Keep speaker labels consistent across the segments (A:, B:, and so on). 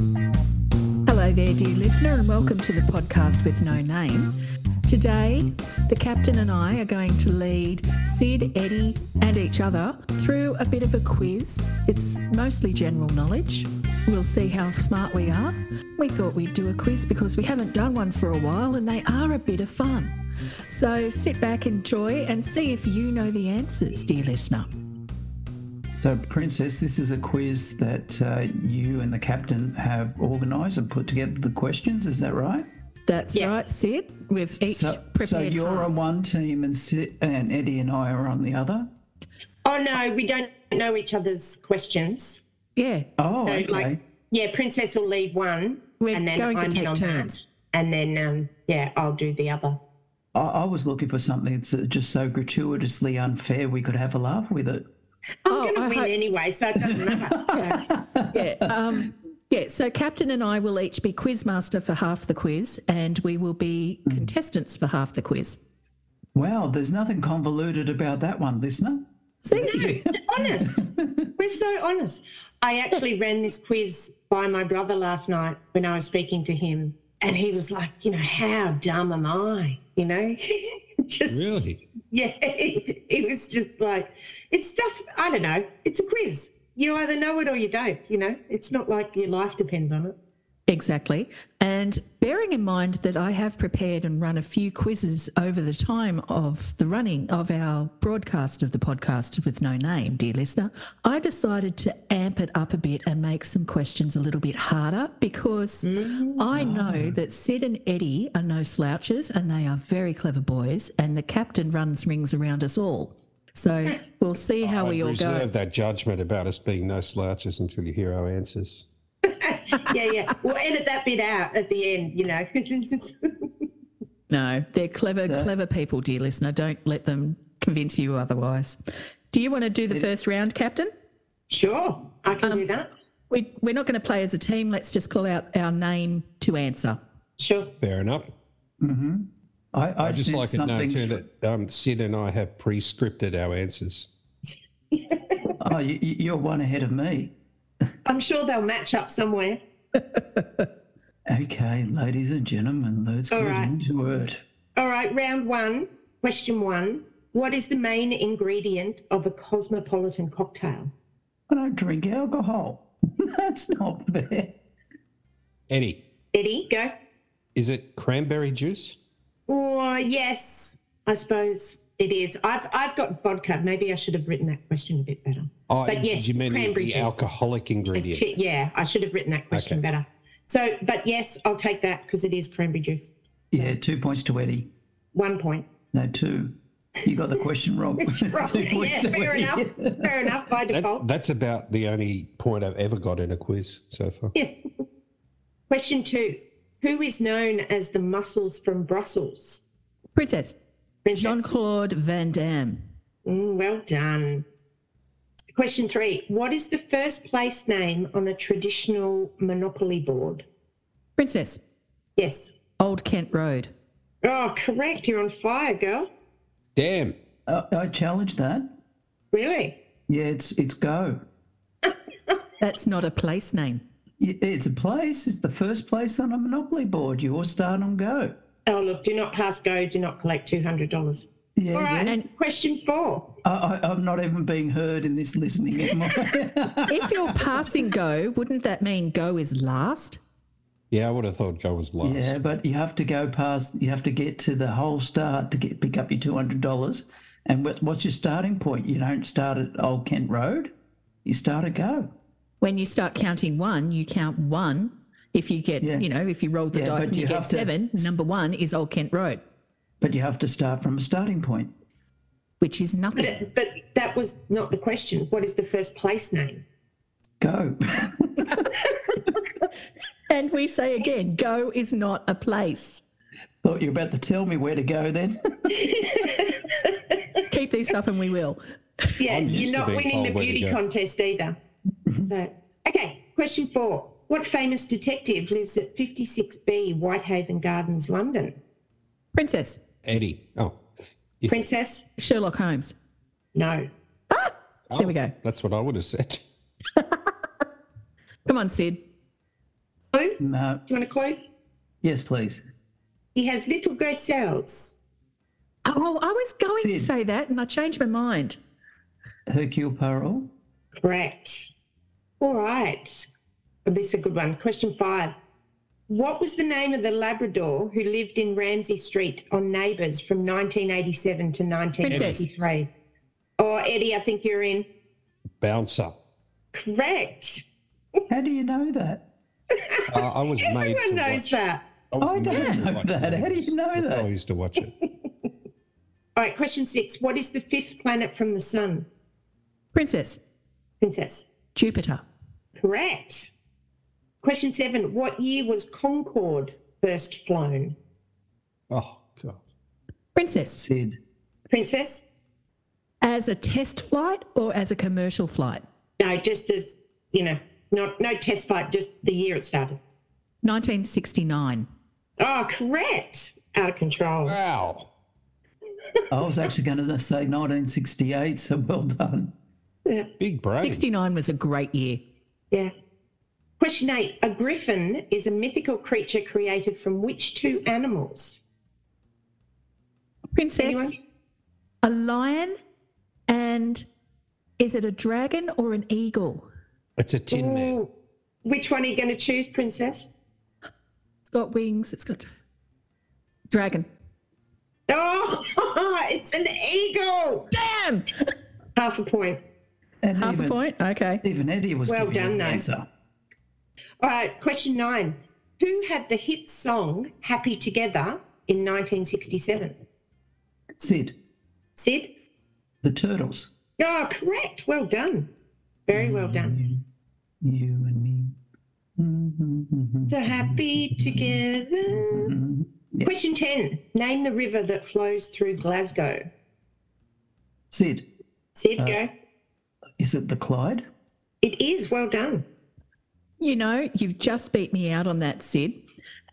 A: Hello there, dear listener, and welcome to the podcast with no name. Today, the captain and I are going to lead Sid, Eddie, and each other through a bit of a quiz. It's mostly general knowledge. We'll see how smart we are. We thought we'd do a quiz because we haven't done one for a while and they are a bit of fun. So sit back, enjoy, and see if you know the answers, dear listener.
B: So, Princess, this is a quiz that uh, you and the captain have organised and put together the questions. Is that right?
A: That's right, Sid. We've each
B: So,
A: prepared.
B: so you're
A: half.
B: on one team, and Si- and Eddie and I are on the other.
C: Oh no, we don't know each other's questions.
A: Yeah.
B: Oh,
C: So,
B: okay.
C: like, yeah, Princess will lead one,
A: We're
C: and then
A: going to
C: I'm in
A: take
C: on
A: turns.
C: that, and then um, yeah, I'll do the other.
B: I, I was looking for something that's uh, just so gratuitously unfair we could have a laugh with it.
C: I'm
A: Oh,
C: going to
A: I
C: win
A: hope-
C: anyway, so it doesn't matter. So,
A: yeah. Um, yeah. So Captain and I will each be quizmaster for half the quiz, and we will be contestants for half the quiz.
B: Wow, there's nothing convoluted about that one, listener.
A: See?
C: honest, we're so honest. I actually ran this quiz by my brother last night when I was speaking to him, and he was like, you know, how dumb am I? You know, just
D: Really?
C: Yeah, it was just like it's stuff. I don't know. It's a quiz. You either know it or you don't. You know, it's not like your life depends on it.
A: Exactly. And bearing in mind that I have prepared and run a few quizzes over the time of the running of our broadcast of the podcast with no name, dear listener, I decided to amp it up a bit and make some questions a little bit harder because I know that Sid and Eddie are no slouches and they are very clever boys, and the captain runs rings around us all. So we'll see how we all
D: Reserve
A: go.
D: that judgment about us being no slouches until you hear our answers.
C: Yeah, yeah. We'll edit that bit out at the end. You know.
A: No, they're clever, clever people, dear listener. Don't let them convince you otherwise. Do you want to do the first round, Captain?
C: sure, I can do that.
A: We, we're not going to play as a team. Let's just call out our name to answer.
C: Sure.
D: Fair enough.
B: Mm-hmm. I, I,
D: I just
B: sense
D: like it know
B: something.
D: too that um, Sid and I have pre-scripted our answers.
B: oh, you, you- you're one ahead of me.
C: I'm sure they'll match up somewhere.
B: Okay, ladies and gentlemen, let's
C: All
B: get
C: right.
B: into it.
C: All right, round one. Question one. What is the main ingredient of a cosmopolitan cocktail?
B: I don't drink alcohol. That's not fair.
D: Eddie,
C: Eddie, go.
D: is it cranberry juice?
C: Oh, yes, I suppose it is. I've I've got vodka. Maybe I should have written that question a bit better.
D: Oh,
C: But
D: do
C: yes,
D: you mean the
C: cranberry juice.
D: alcoholic ingredient?
C: T- Yeah, I should have written that question
D: Okay.
C: better. So, but yes, I'll take that because it is cranberry juice.
B: Yeah, two points to Eddie.
C: One point.
B: No, two. You got the question wrong.
C: It's
B: Two
C: right. yeah,
B: points to
C: fair
B: Eddie.
C: enough. Fair enough by default.
D: That, that's about the only point I've ever got in a quiz so far.
C: Yeah. Question two: Who is known as the muscles from Brussels?
A: Princess,
C: Princess.
A: Jean Claude Van Damme.
C: Mm, well done. Question three: What is the first place name on a traditional monopoly board?
A: Princess,
C: Yes.
A: Old Kent Road.
C: Oh, correct. You're on fire, girl.
D: Damn.
B: Uh, I challenge that.
C: Really?
B: Yeah, it's it's go.
A: That's not a place name.
B: Y- It's a place. It's the first place on a monopoly board. You all start on go.
C: Oh, look, do not pass go, do not collect $200.
B: Yeah,
C: All right,
B: yeah.
A: And-
C: question four.
B: I, I, I'm not even being heard in this listening. Am I?
A: If you're passing go, wouldn't that mean go is last?
D: Yeah, I would have thought go was last.
B: yeah, but you have to go past. You have to get to the whole start to get pick up your two hundred dollars. And what, what's your starting point? You don't start at Old Kent Road. You start at go.
A: When you start counting one, you count one. If you get,
B: Yeah.
A: you know, if you roll the
B: Yeah,
A: dice
B: but
A: and you,
B: you
A: get
B: have to-
A: seven, number one is Old Kent Road,
B: But you have to start from a starting point.
A: which is
C: But,
A: nothing.
C: it, but that was not the question. What is the first place name?
B: Go.
A: And we say again, go is not a place.
B: Thought you were about to tell me where to go then.
A: Keep these up and we will.
C: Yeah,
D: I'm used
C: you're
D: to
C: not
D: being
C: winning the
D: told where to
C: beauty
D: go.
C: contest either. so, okay, question four. What famous detective lives at 56B Whitehaven Gardens, London?
A: Princess
D: Eddie. Oh. Yeah.
C: Princess?
A: Sherlock Holmes. Ah,
C: No.
A: There we
D: Oh,
A: go.
D: That's what I would have said.
A: Come on, Sid.
C: Clue? Do
B: No.
C: you want a clue?
B: Yes, please.
C: He has little grey cells.
A: Oh, I was going to
B: Sid.
A: say that, and I changed my mind.
B: Hercule Poirot.
C: Correct. All right. This is a good one. Question five. What was the name of the Labrador who lived in Ramsey Street on Neighbours from 1987 to 1983? Oh, Eddie, I think you're in.
D: Bouncer.
C: Correct.
B: How do you know that?
D: Uh, I was made to
C: Everyone knows
D: watch.
C: that.
D: was
B: Oh, I don't
D: made to
B: know
D: watch
B: that. How do you
D: Neighbours.
B: know that?
D: I used to watch it.
C: All right, question six. What is the fifth planet from the sun?
A: Princess.
C: Princess.
A: Jupiter.
C: Correct. Question seven. What year was Concorde first flown?
D: Oh god.
A: Princess.
B: Sid.
C: Princess?
A: As a test flight or as a commercial flight?
C: No, just as, you know, not no test flight, just the year it started.
A: 1969.
C: Oh, correct. Out of control.
D: Wow.
B: I was actually going to say 1968, so well done.
C: Yeah.
D: Big brain.
A: 69 was a great year.
C: Uh, yeah. Question eight. A griffin is a mythical creature created from which two animals?
A: Princess.
C: Anyone?
A: A lion and is it a dragon or an eagle?
D: It's a tin man.
C: Ooh. Which one are you going to choose, Princess?
A: It's got wings. It's got dragon.
C: Oh, it's an eagle.
A: Damn!
C: Half a point.
B: And
A: Half
B: even,
A: a point. Okay.
B: Even Eddie was
C: Well
B: giving
C: done,
B: you an
C: though.
B: answer.
C: All right, question nine. Who had the hit song Happy Together in 1967?
B: Sid.
C: Sid?
B: The Turtles.
C: Oh, correct. Well done. Very well done.
B: You and me. Mm-hmm.
C: So happy together. Question 10. Name the river that flows through Glasgow.
B: Sid.
C: Sid, go.
B: Is it the Clyde?
C: It is. Well done.
A: You know, you've just beat me out on that, Sid.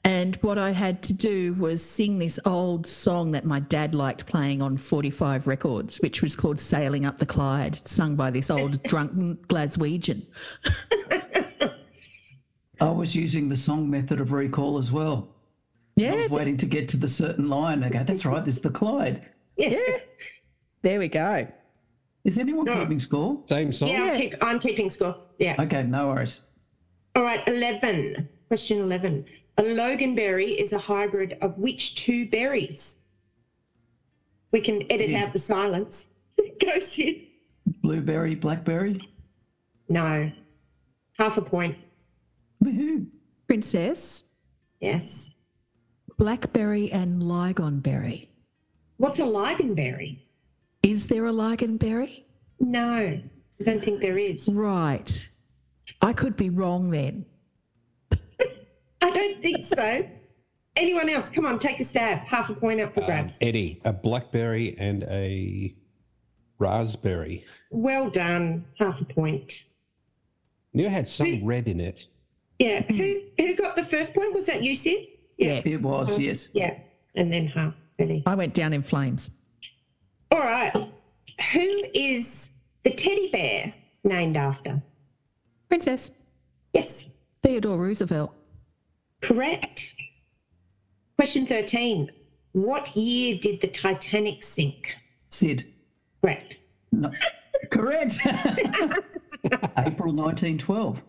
A: And what I had to do was sing this old song that my dad liked playing on 45 Records, which was called Sailing Up the Clyde, sung by this old drunken Glaswegian.
B: I was using the song method of recall as well. I
A: Yeah,
B: was waiting to get to the certain line. I go, that's right, there's the Clyde.
A: yeah. There we go.
B: Is anyone
C: No.
B: keeping score?
D: Same song.
C: Yeah,
A: Yeah.
C: I'll keep, I'm keeping score. Yeah.
B: Okay, no worries.
C: All right, 11. Question 11. A loganberry is a hybrid of which two berries? We can edit out the silence. Go, Sid.
B: Blueberry, blackberry.
C: No. Half a point.
B: Woohoo.
A: Princess,
C: Yes.
A: blackberry, and ligonberry.
C: What's a liganberry?
A: Is there a ligonberry?
C: No, I don't think there is.
A: Right. I could be wrong then.
C: I don't think so. Anyone else? Come on, take a stab. Half a point up for
D: Um,
C: grabs.
D: Eddie, a blackberry and a raspberry.
C: Well done. Half a point.
D: You had some red in it.
C: Yeah. Who who got the first point? Was that you, Sid?
A: Yeah.
B: It was, yes.
C: Yeah. And then half. Really.
A: I went down in flames.
C: All right. Who is the teddy bear named after?
A: Princess,
C: Yes.
A: Theodore Roosevelt.
C: Correct. Question 13. What year did the Titanic sink?
B: Sid.
C: Correct.
B: No. Correct. April 1912.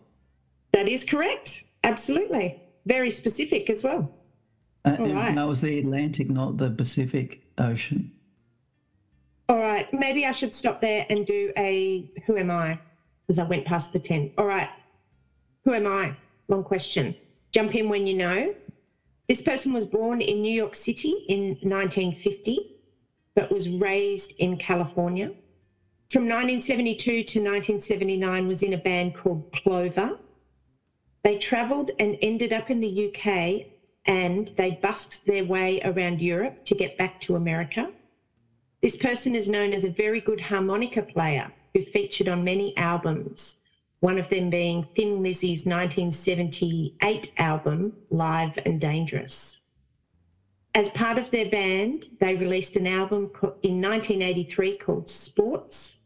C: That is correct. Absolutely. Very specific as well.
B: Uh, and
C: right.
B: that was the Atlantic, not the Pacific Ocean.
C: All right, maybe I should stop there and do a who am I? Because I went past the 10. All right, who am I? Long question. Jump in when you know. This person was born in New York City in 1950, but was raised in California. From 1972 to 1979, was in a band called Clover. They travelled and ended up in the UK, and they busked their way around Europe to get back to America. This person is known as a very good harmonica player who featured on many albums, one of them being Thin Lizzy's 1978 album, Live and Dangerous. As part of their band, they released an album co- in 1983 called Sports,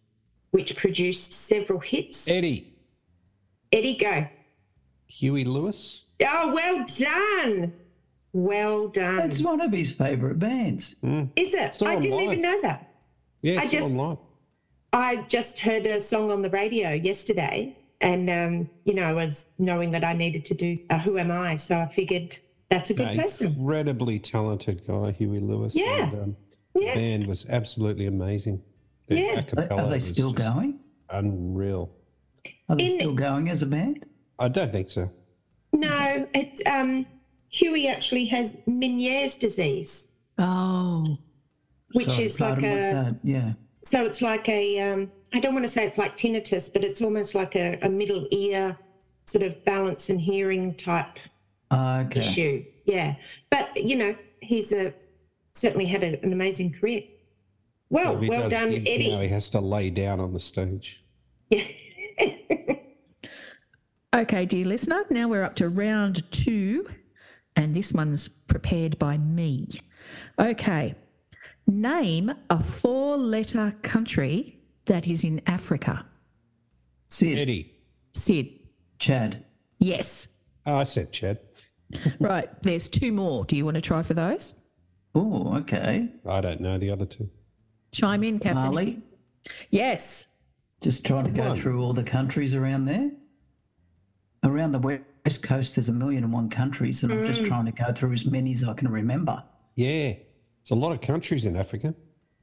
C: which produced several hits.
D: Eddie,
C: Eddie Go.
D: Huey Lewis.
C: Oh, well done. Well done.
B: That's one of his favourite bands.
D: Hmm.
C: Is it?
D: So
C: I didn't
D: am I.
C: even know that.
D: Yeah,
C: I
D: it's
C: just-
D: online.
C: I just heard a song on the radio yesterday, and um, you know, I was knowing that I needed to do a Who Am I, so I figured that's a good
D: Yeah,
C: person.
D: Incredibly talented guy, Huey Lewis.
C: Yeah.
D: And, um,
C: Yeah.
D: The band was absolutely amazing. The
C: Yeah.
D: a
B: Are-
D: cappella
B: Are they
D: was
B: still
D: just
B: going?
D: Unreal.
B: Are they
C: In-
B: still going as a band?
D: I don't think so.
C: No, it, um, Huey actually has Meniere's disease,
A: Oh,
C: which
B: Sorry,
C: is like
B: pardon, what's
C: a
B: that? Yeah.
C: so it's like a um, I don't want to say it's like tinnitus, but it's almost like a, a middle ear sort of balance and hearing type
B: Ah, Okay.
C: issue. Yeah, but you know, he's a certainly had a, an amazing career. Well,
D: If he
C: Oh, well
D: does
C: done,
D: gigs
C: Eddie.
D: Now he has to lay down on the stage.
C: Yeah.
A: Okay, dear listener, now we're up to round two, and this one's prepared by me. Okay, name a four letter country that is in Africa.
B: Sid,
D: Eddie.
A: Sid.
B: Chad.
A: Yes.
D: Oh, I said Chad.
A: Right, there's two more. Do you want to try for those?
B: Oh, okay.
D: I don't know the other two.
A: Chime in, Captain.
B: Mali.
A: Yes.
B: Just trying to go
D: One.
B: through all the countries around there. Around the west coast, there's a million and one countries, and I'm
C: Mm.
B: just trying to go through as many as I can remember.
D: Yeah. It's a lot of countries in Africa.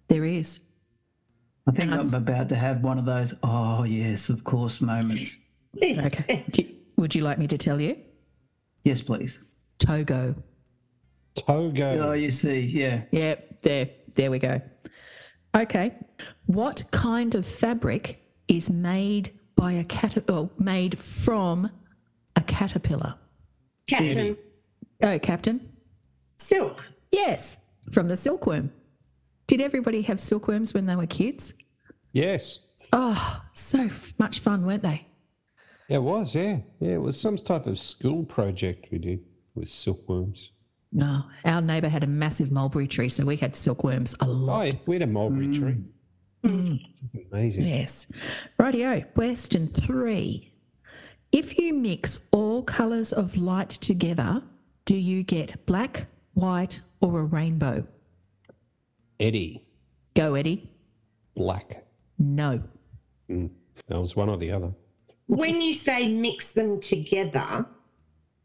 A: There is.
B: I think I'm about to have one of those, oh, yes, of course, moments.
A: Okay. Do you- would you like me to tell you?
B: Yes, please.
A: Togo.
D: Togo.
B: Oh, you see, yeah.
A: Yep, there. There we go. Okay. What kind of fabric is made by a cat or made from a caterpillar?
C: Captain
A: Oh, Captain.
C: Silk.
A: Yes, from the silkworm. Did everybody have silkworms when they were kids?
D: Yes.
A: Oh, so f- much fun, weren't they?
D: It was, yeah. Yeah, it was some type of school project we did with silkworms.
A: No, Oh, our neighbour had a massive mulberry tree, so we had silkworms a
D: Oh,
A: lot. Mm.
D: yeah, we had a mulberry tree. Amazing.
A: Yes. Rightio. Question three. If you mix all colours of light together, do you get black, white, or a rainbow?
D: Eddie,
A: Go, Eddie.
D: black. Mm.
A: No.
D: That was one or the other.
C: When you say mix them together,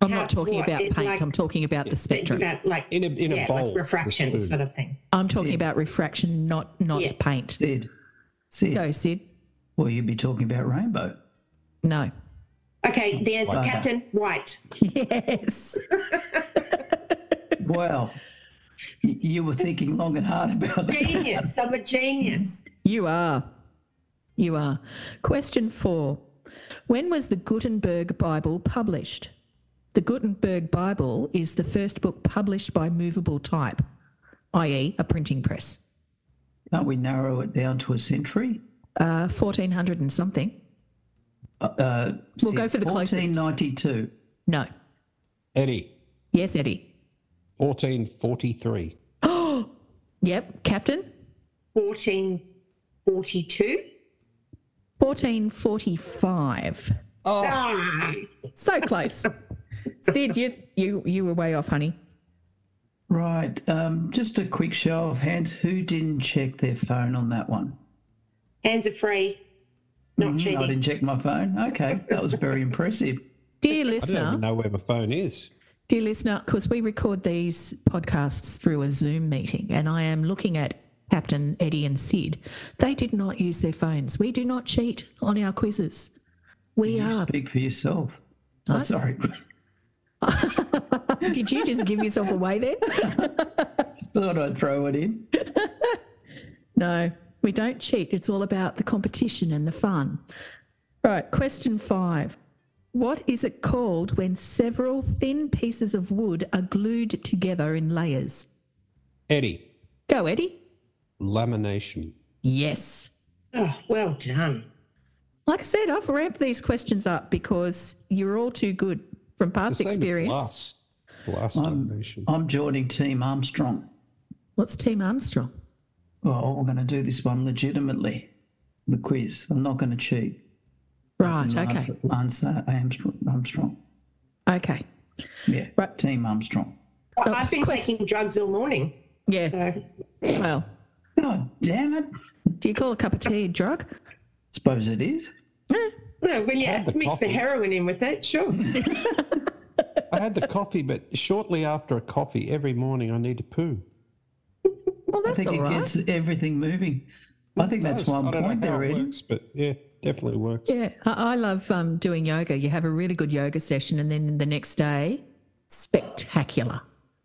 A: I'm
C: How-
A: not talking
C: what,
A: about
C: it
A: paint.
C: like-
A: I'm talking about the
C: think
A: spectrum.
C: about like
D: In a- in a
C: yeah,
D: bowl,
C: like refraction
D: the spoon.
C: sort of thing.
A: I'm talking about refraction, not not
C: Yeah.
A: paint.
B: Sid. Sid.
A: Go, Sid.
B: Well, you'd be talking about Rainbow.
A: No.
C: Okay, the answer,
B: White.
C: Captain White.
A: Yes.
B: Wow. Y- you were thinking long and hard about that.
C: Genius. I'm a genius.
A: You are. You are. Question four When was the Gutenberg Bible published? The Gutenberg Bible is the first book published by movable type, i.e., a printing press.
B: Can't we narrow it down to a century?
A: Uh, 1400 and something.
B: Uh, Uh,
A: We'll go for the closest.
B: 1492.
A: No.
D: Eddie,
A: Yes, Eddie.
D: 1443.
A: Yep. Captain?
C: 1442.
A: 1445.
D: Oh.
C: Ah,
A: So close. Sid, you, you, you were way off, honey.
B: Right. Um, just a quick show of hands. Who didn't check their phone on that one? Hmm,
C: hands are free. Not
B: I
C: cheating.
B: didn't check my phone. Okay. That was very impressive.
A: Dear
D: I don't
A: listener.
D: even know where my phone is.
A: Dear listener, because we record these podcasts through a Zoom meeting, and I am looking at Captain Eddie and Sid. They did not use their phones. We do not cheat on our quizzes. We
B: You
A: are.
B: speak for yourself. Oh, sorry.
A: Did you just give yourself away there?
B: Thought I'd throw it in.
A: No, we don't cheat. It's all about the competition and the fun. Right, question five. What is it called when several thin pieces of wood are glued together in layers?
D: Eddie,
A: Go, Eddie.
D: Lamination.
A: Yes.
C: Oh, well done.
A: Like I said, I've ramped these questions up because you're all too good from
D: It's
A: past
D: the same with
A: experience.
D: Glass. Glass lamination.
B: I'm joining Team Armstrong.
A: What's Team Armstrong?
B: Well, we're going to do this one legitimately. The quiz. I'm not going to cheat.
A: Right.
B: Lance,
A: Okay.
B: Lance uh, Armstrong, Armstrong.
A: Okay.
B: Yeah.
A: Right.
B: Team Armstrong.
C: I-
A: Oh,
C: I've been
A: quest-
C: taking drugs all morning.
A: Yeah.
C: So
A: Well,
B: God damn it.
A: do you call a cup of tea a drug?
B: Suppose it is.
C: no, when you
D: Had the
C: mix
D: coffee.
C: the heroin in with it, sure.
D: I had the coffee, but shortly after a coffee, every morning I need to poo.
A: Well,
B: I
A: that's
B: think
A: all
B: it
A: right.
B: gets everything moving. I think that's
D: Does. I
B: one
D: don't know
B: point
D: how
B: there,
D: it
B: Eddie.
D: works, but yeah, definitely works.
A: Yeah, I, I love um, doing yoga. You have a really good yoga session, and then the next day, spectacular.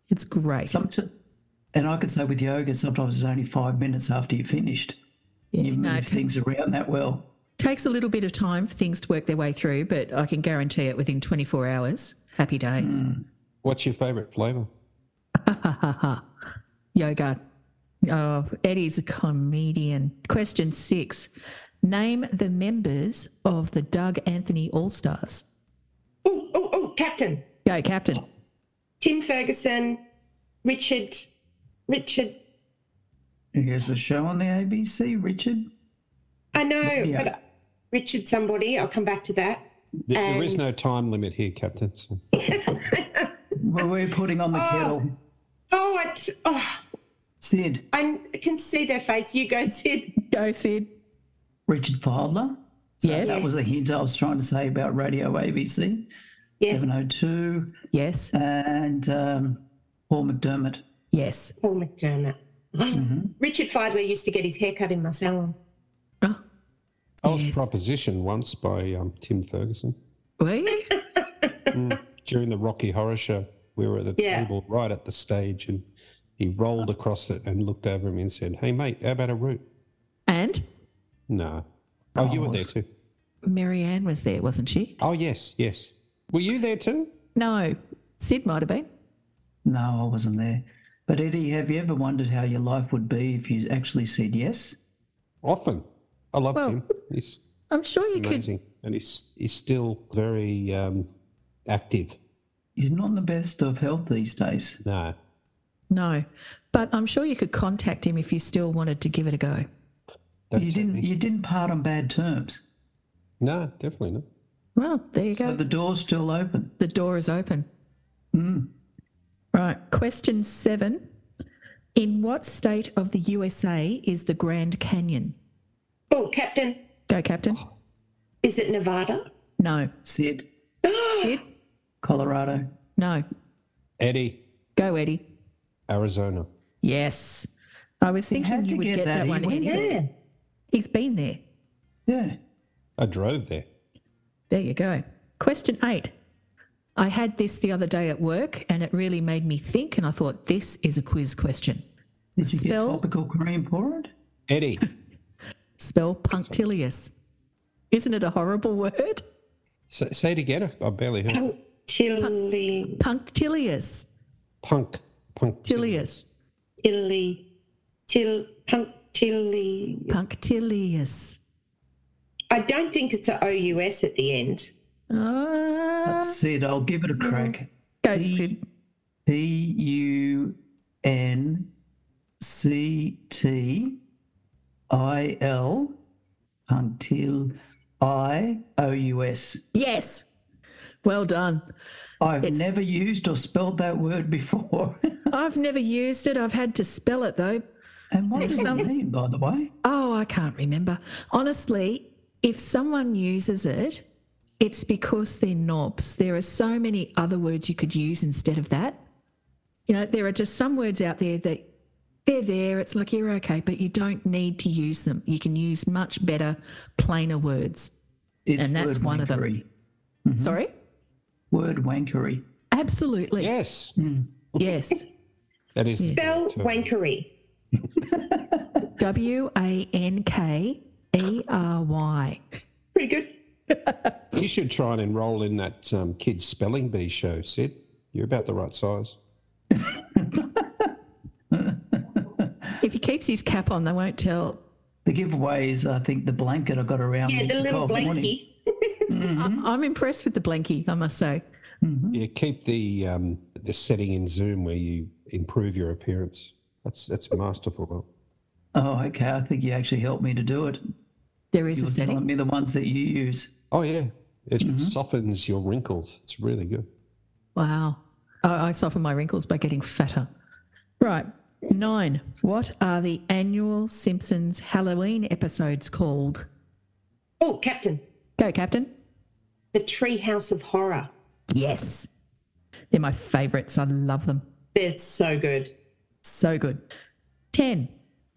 A: It's great.
B: Somet- and I could say with yoga, sometimes it's only five minutes after you finished.
A: Yeah,
B: You move
A: no, it
B: things around that well.
A: takes a little bit of time for things to work their way through, but I can guarantee it within 24 hours. Happy days.
D: What's your favourite flavour?
A: Yoga. Oh, Eddie's a comedian. Question six Name the members of the Doug Anthony All Stars.
C: Oh, oh, oh, Captain.
A: Go, Captain.
C: Tim Ferguson, Richard, Richard.
B: Here's a show on the ABC, Richard.
C: I know,
B: Yeah.
C: but Richard somebody. I'll come back to that.
D: There, there is
C: And-
D: no time limit here, Captain. So.
B: Well, we're putting on
D: Ah!
B: the kettle.
C: Oh, it's, oh,
B: Sid,
C: I can see their face. You go, Sid.
A: Go, Sid.
B: Richard Fidler.
A: Yes.
B: That was a hint I was trying to say about Radio ABC
C: Yes.
D: oh-
B: 702
A: Yes.
B: and um, Paul McDermott.
A: Yes.
C: Paul McDermott.
D: Mm-hmm.
C: Richard Feidler used to get his hair cut in my salon.
A: Oh,
D: I was
A: Yes.
D: propositioned once by um, Tim Ferguson Mm.
A: were you?
D: during the Rocky Horror Show. We were at the
C: Yeah.
D: table right at the stage, and he rolled across it and looked over at me and said, "Hey, mate, how about a root?"
A: And
D: No. Oh, you were there too.
A: Mary Ann was there, wasn't she?
D: Oh, yes, yes. Were you there too?
A: No, Sid might have been.
B: No, I wasn't there. But Eddie, have you ever wondered how your life would be if you actually said yes?
D: Often. I loved
A: Well-
D: him. He's
A: I'm sure you could.
D: amazing, and he's he's still very um, active.
B: He's not in the best of health these days.
D: No.
A: No, but I'm sure you could contact him if you still wanted to give it a go.
D: Don't
B: you
D: tell
B: didn't.
D: me.
B: You didn't part on bad terms.
D: No, definitely not.
A: Well, there you
B: So
A: go.
B: the door's still open. Mm.
A: The door is open. Right. Question seven. In what state of the USA is the Grand Canyon?
C: Oh, Captain,
A: Go, Captain.
C: is it Nevada?
A: No.
B: Sid,
A: Sid?
B: Colorado.
A: No.
D: Eddie,
A: Go, Eddie.
D: Arizona.
A: Yes. I was
B: He
A: thinking
B: had
A: you
B: to
A: would
B: get,
A: get
B: that,
A: that
B: he
A: one,
B: went
A: Eddie.
B: there.
A: He's been there.
B: Yeah.
D: I drove there.
A: There you go. Question eight. I had this the other day at work and it really made me think, and I thought, this is a quiz question.
B: Did you
A: Spell-
B: get tropical cream for it?
D: Eddie,
A: Spell punctilious. Isn't it a horrible word?
D: say, say it again. I barely heard.
C: Tilly,
A: Punctilious.
D: Punk, punk.
A: Tilious.
C: Tilly, Till, Punk, Tilly.
A: Punctilious.
C: I don't think it's a OUS at the end.
B: Uh,
A: Ah.
B: Sid, I'll give it a crack.
A: Go, Sid.
B: P U N C T I L until I O U S.
A: Yes. Well done.
B: I've never used or spelled that word before.
A: I've never used it. I've had to spell it though.
B: and what does it
A: Some-
B: mean, by the way?
A: Oh, I can't remember. Honestly, if someone uses it, it's because they're knobs. There are so many other words you could use instead of that. You know, there are just some words out there that they're there. It's like you're okay, but you don't need to use them. You can use much better, plainer words.
B: It's
A: And that's
B: word
A: one of them.
B: wankery.
A: Sorry?
B: Word wankery. Hmm.
A: Absolutely.
D: Yes,
A: Yes.
D: that is. the
C: Spell
D: term.
C: wankery.
A: W A N K E R Y.
C: Pretty good.
D: You should try and enrol in that um, kids spelling bee show, Sid. You're about the right size.
A: If he keeps his cap on, they won't tell.
B: The giveaway is, I think, the blanket I got around me.
C: Yeah,
B: It's
C: the
B: a
C: little
B: cold morning. Mm-hmm.
C: blankie.
A: I, I'm impressed with the blankie, I must say.
D: Yeah, keep the um, the setting in Zoom where you improve your appearance. That's that's masterful.
B: Oh, okay. I think you actually helped me to do it.
A: There is
B: You
A: a
B: were
A: setting.
B: telling me the ones that you use.
D: Oh yeah, it
B: Mm-hmm.
D: softens your wrinkles. It's really good.
A: Wow. I, I soften my wrinkles by getting fatter. Right. Nine. What are the annual Simpsons Halloween episodes called?
C: Oh, Captain,
A: Go, Captain.
C: the Treehouse of Horror.
A: Yes. They're my favourites. I love them.
C: They're so good.
A: So good. 10.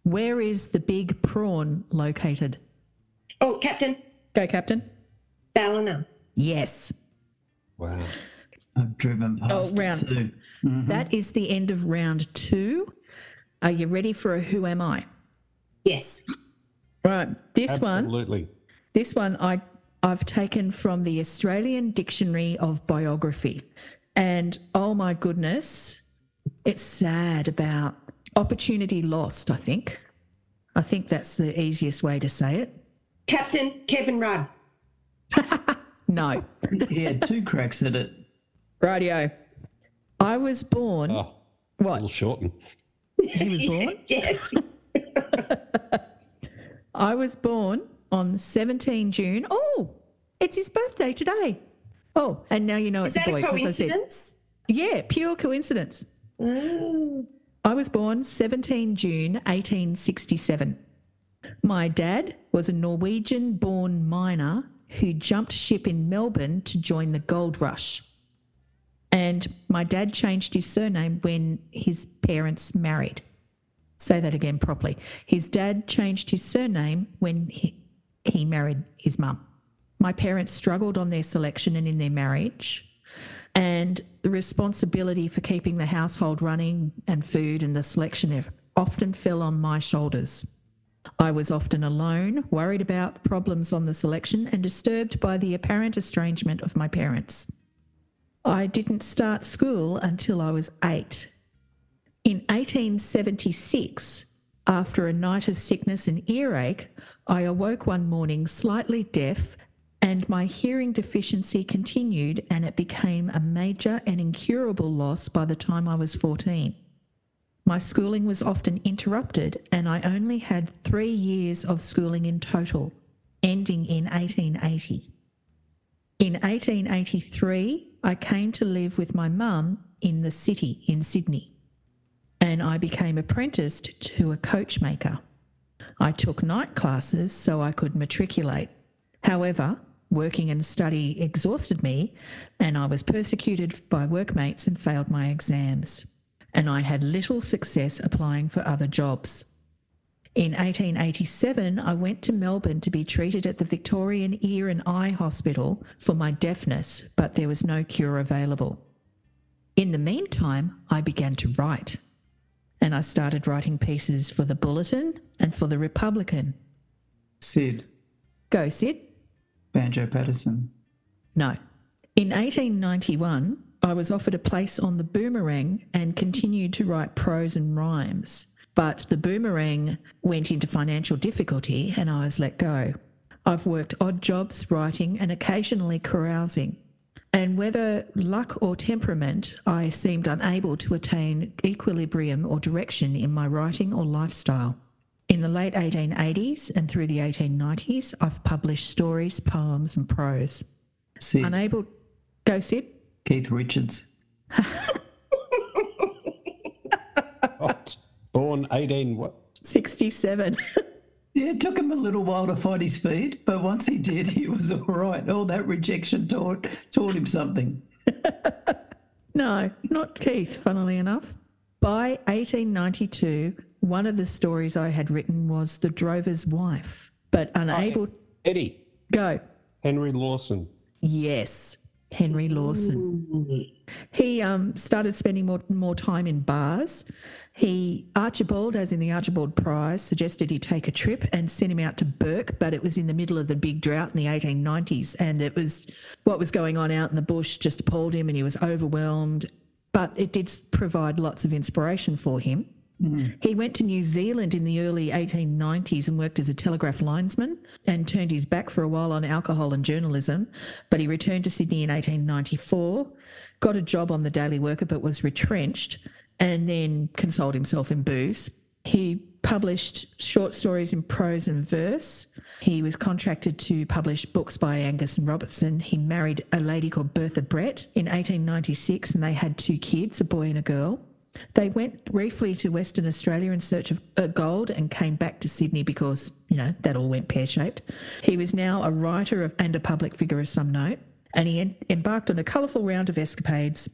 A: Where is the big prawn located?
C: Oh, Captain,
A: Go, Captain.
C: Ballina.
A: Yes.
D: Wow.
B: I've driven past it
A: Oh, round.
B: too.
A: That is the end of round two. Are you ready for a Who Am I?
C: Yes.
A: Right. This one.
D: Absolutely.
A: This one I I've taken from the Australian Dictionary of Biography. And oh my goodness, it's sad about opportunity lost, I think. I think that's the easiest way to say it.
C: Captain Kevin Rudd.
A: No.
B: He had two cracks at it.
A: Radio. I was born
D: Oh, a little
A: what?
D: shortened.
A: Uh, He was born?
C: Yes.
A: I was born on 17 June. Oh, it's his birthday today. Oh, and now you know
C: Is
A: it's
C: that
A: a boy.
C: a
A: 'cause I said-
C: coincidence?
A: Yeah, pure coincidence. I was born 17 June 1867. My dad was a Norwegian born miner who jumped ship in Melbourne to join the gold rush. And my dad changed his surname when his parents married. Say that again properly. His dad changed his surname when he, he married his mum. My parents struggled on their selection and in their marriage and the responsibility for keeping the household running and food and the selection ev- often fell on my shoulders. I was often alone, worried about the problems on the selection, and disturbed by the apparent estrangement of my parents. I didn't start school until I was eight. In 1876, after a night of sickness and earache, I awoke one morning slightly deaf and my hearing deficiency continued and it became a major and incurable loss by the time I was 14. My schooling was often interrupted and I only had three years of schooling in total, ending in 1880. In 1883, I came to live with my mum in the city in Sydney and I became apprenticed to a coachmaker. I took night classes so I could matriculate. However, working and study exhausted me, and I was persecuted by workmates and failed my exams. And I had little success applying for other jobs. In 1887, I went to Melbourne to be treated at the Victorian Ear and Eye Hospital for my deafness, but there was no cure available. In the meantime, I began to write and I started writing pieces for the Bulletin and for the Republican.
B: Sid,
A: Go, Sid.
B: Banjo Patterson.
A: No. In 1891, I was offered a place on the Boomerang and continued to write prose and rhymes. But the Boomerang went into financial difficulty and I was let go. I've worked odd jobs writing and occasionally carousing. And whether luck or temperament, I seemed unable to attain equilibrium or direction in my writing or lifestyle. In the late 1880s and through the 1890s, I've published stories, poems, and prose
B: Sid,
A: unable go Sid.
B: Keith Richards.
D: Born 18, what?
A: 67
B: Yeah, it took him a little while to find his feet, but once he did, he was all right. All that rejection taught taught him something.
A: no not keith funnily enough by 1892 one of the stories i had written was the drover's wife but unable
D: Eddie.
A: go
D: Henry Lawson.
A: Yes, Henry Lawson. He um, started spending more more time in bars. He Archibald, as in the Archibald Prize, suggested he take a trip and sent him out to Burke, but it was in the middle of the big drought in the 1890s, and it was what was going on out in the bush just appalled him, and he was overwhelmed. But it did s- provide lots of inspiration for him. He went to New Zealand in the early 1890s and worked as a telegraph linesman and turned his back for a while on alcohol and journalism. But he returned to Sydney in 1894, got a job on the Daily Worker but was retrenched and then consoled himself in booze. He published short stories in prose and verse. He was contracted to publish books by Angus and Robertson. He married a lady called Bertha Brett in 1896 and they had two kids, a boy and a girl. They went briefly to Western Australia in search of uh, gold and came back to Sydney because, you know, that all went pear shaped. He was now a writer of, and a public figure of some note, and he en- embarked on a colourful round of escapades.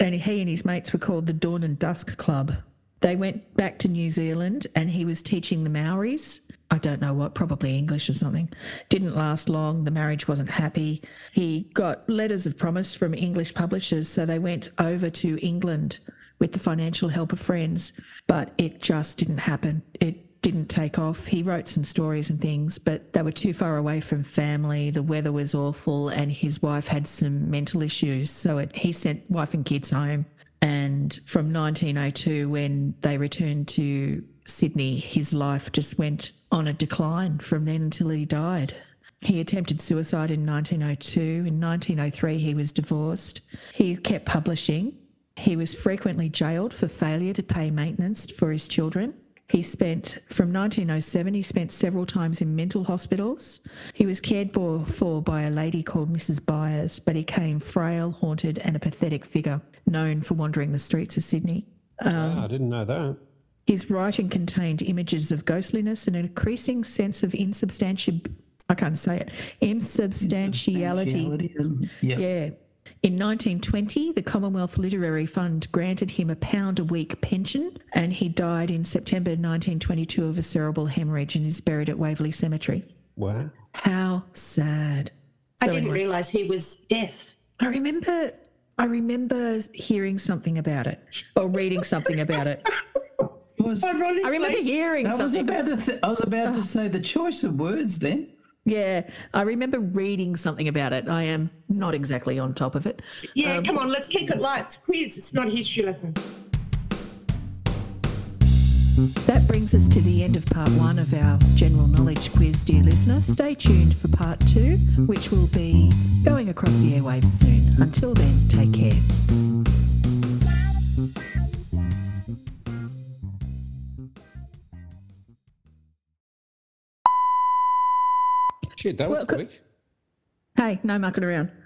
A: And he and his mates were called the Dawn and Dusk Club. They went back to New Zealand and he was teaching the Maoris. I don't know what, probably English or something. Didn't last long. The marriage wasn't happy. He got letters of promise from English publishers, so they went over to England with the financial help of friends, but it just didn't happen. It didn't take off. He wrote some stories and things, but they were too far away from family. The weather was awful, and his wife had some mental issues. So it, he sent wife and kids home. And from 1902, when they returned to Sydney, his life just went on a decline from then until he died. He attempted suicide in 1902. In 1903, he was divorced. He kept publishing. He was frequently jailed for failure to pay maintenance for his children. He spent, from 1907, he spent several times in mental hospitals. He was cared for, for by a lady called Mrs. Byers, but he came frail, haunted, and a pathetic figure known for wandering the streets of Sydney.
D: Wow, Ah, I didn't know that.
A: His writing contained images of ghostliness and an increasing sense of insubstantiality. I can't say it. Insubstantiality.
B: Yeah.
A: Yeah. In 1920, the Commonwealth Literary Fund granted him a pound a week pension, and he died in September 1922 of a cerebral hemorrhage and is buried at Waverley Cemetery.
D: Wow.
A: How sad.
C: I
A: So
C: didn't
A: anyway.
C: realise he was deaf.
A: I remember I remember hearing something about it or reading something about it.
B: It was-
C: Ironically,
A: I remember hearing
B: I was
A: something.
B: about to. Th- I was about to say the choice of words. Then
A: yeah, I remember reading something about it. I am not exactly on top of it.
C: yeah, come on, let's keep it light. It's quiz. It's not a history lesson.
A: That brings us to the end of part one of our general knowledge quiz, dear listener. Stay tuned for part two, which will be going across the airwaves soon. Until then, take care.
D: Shit, that was
A: Well, c-
D: quick.
A: Hey, no mucking around.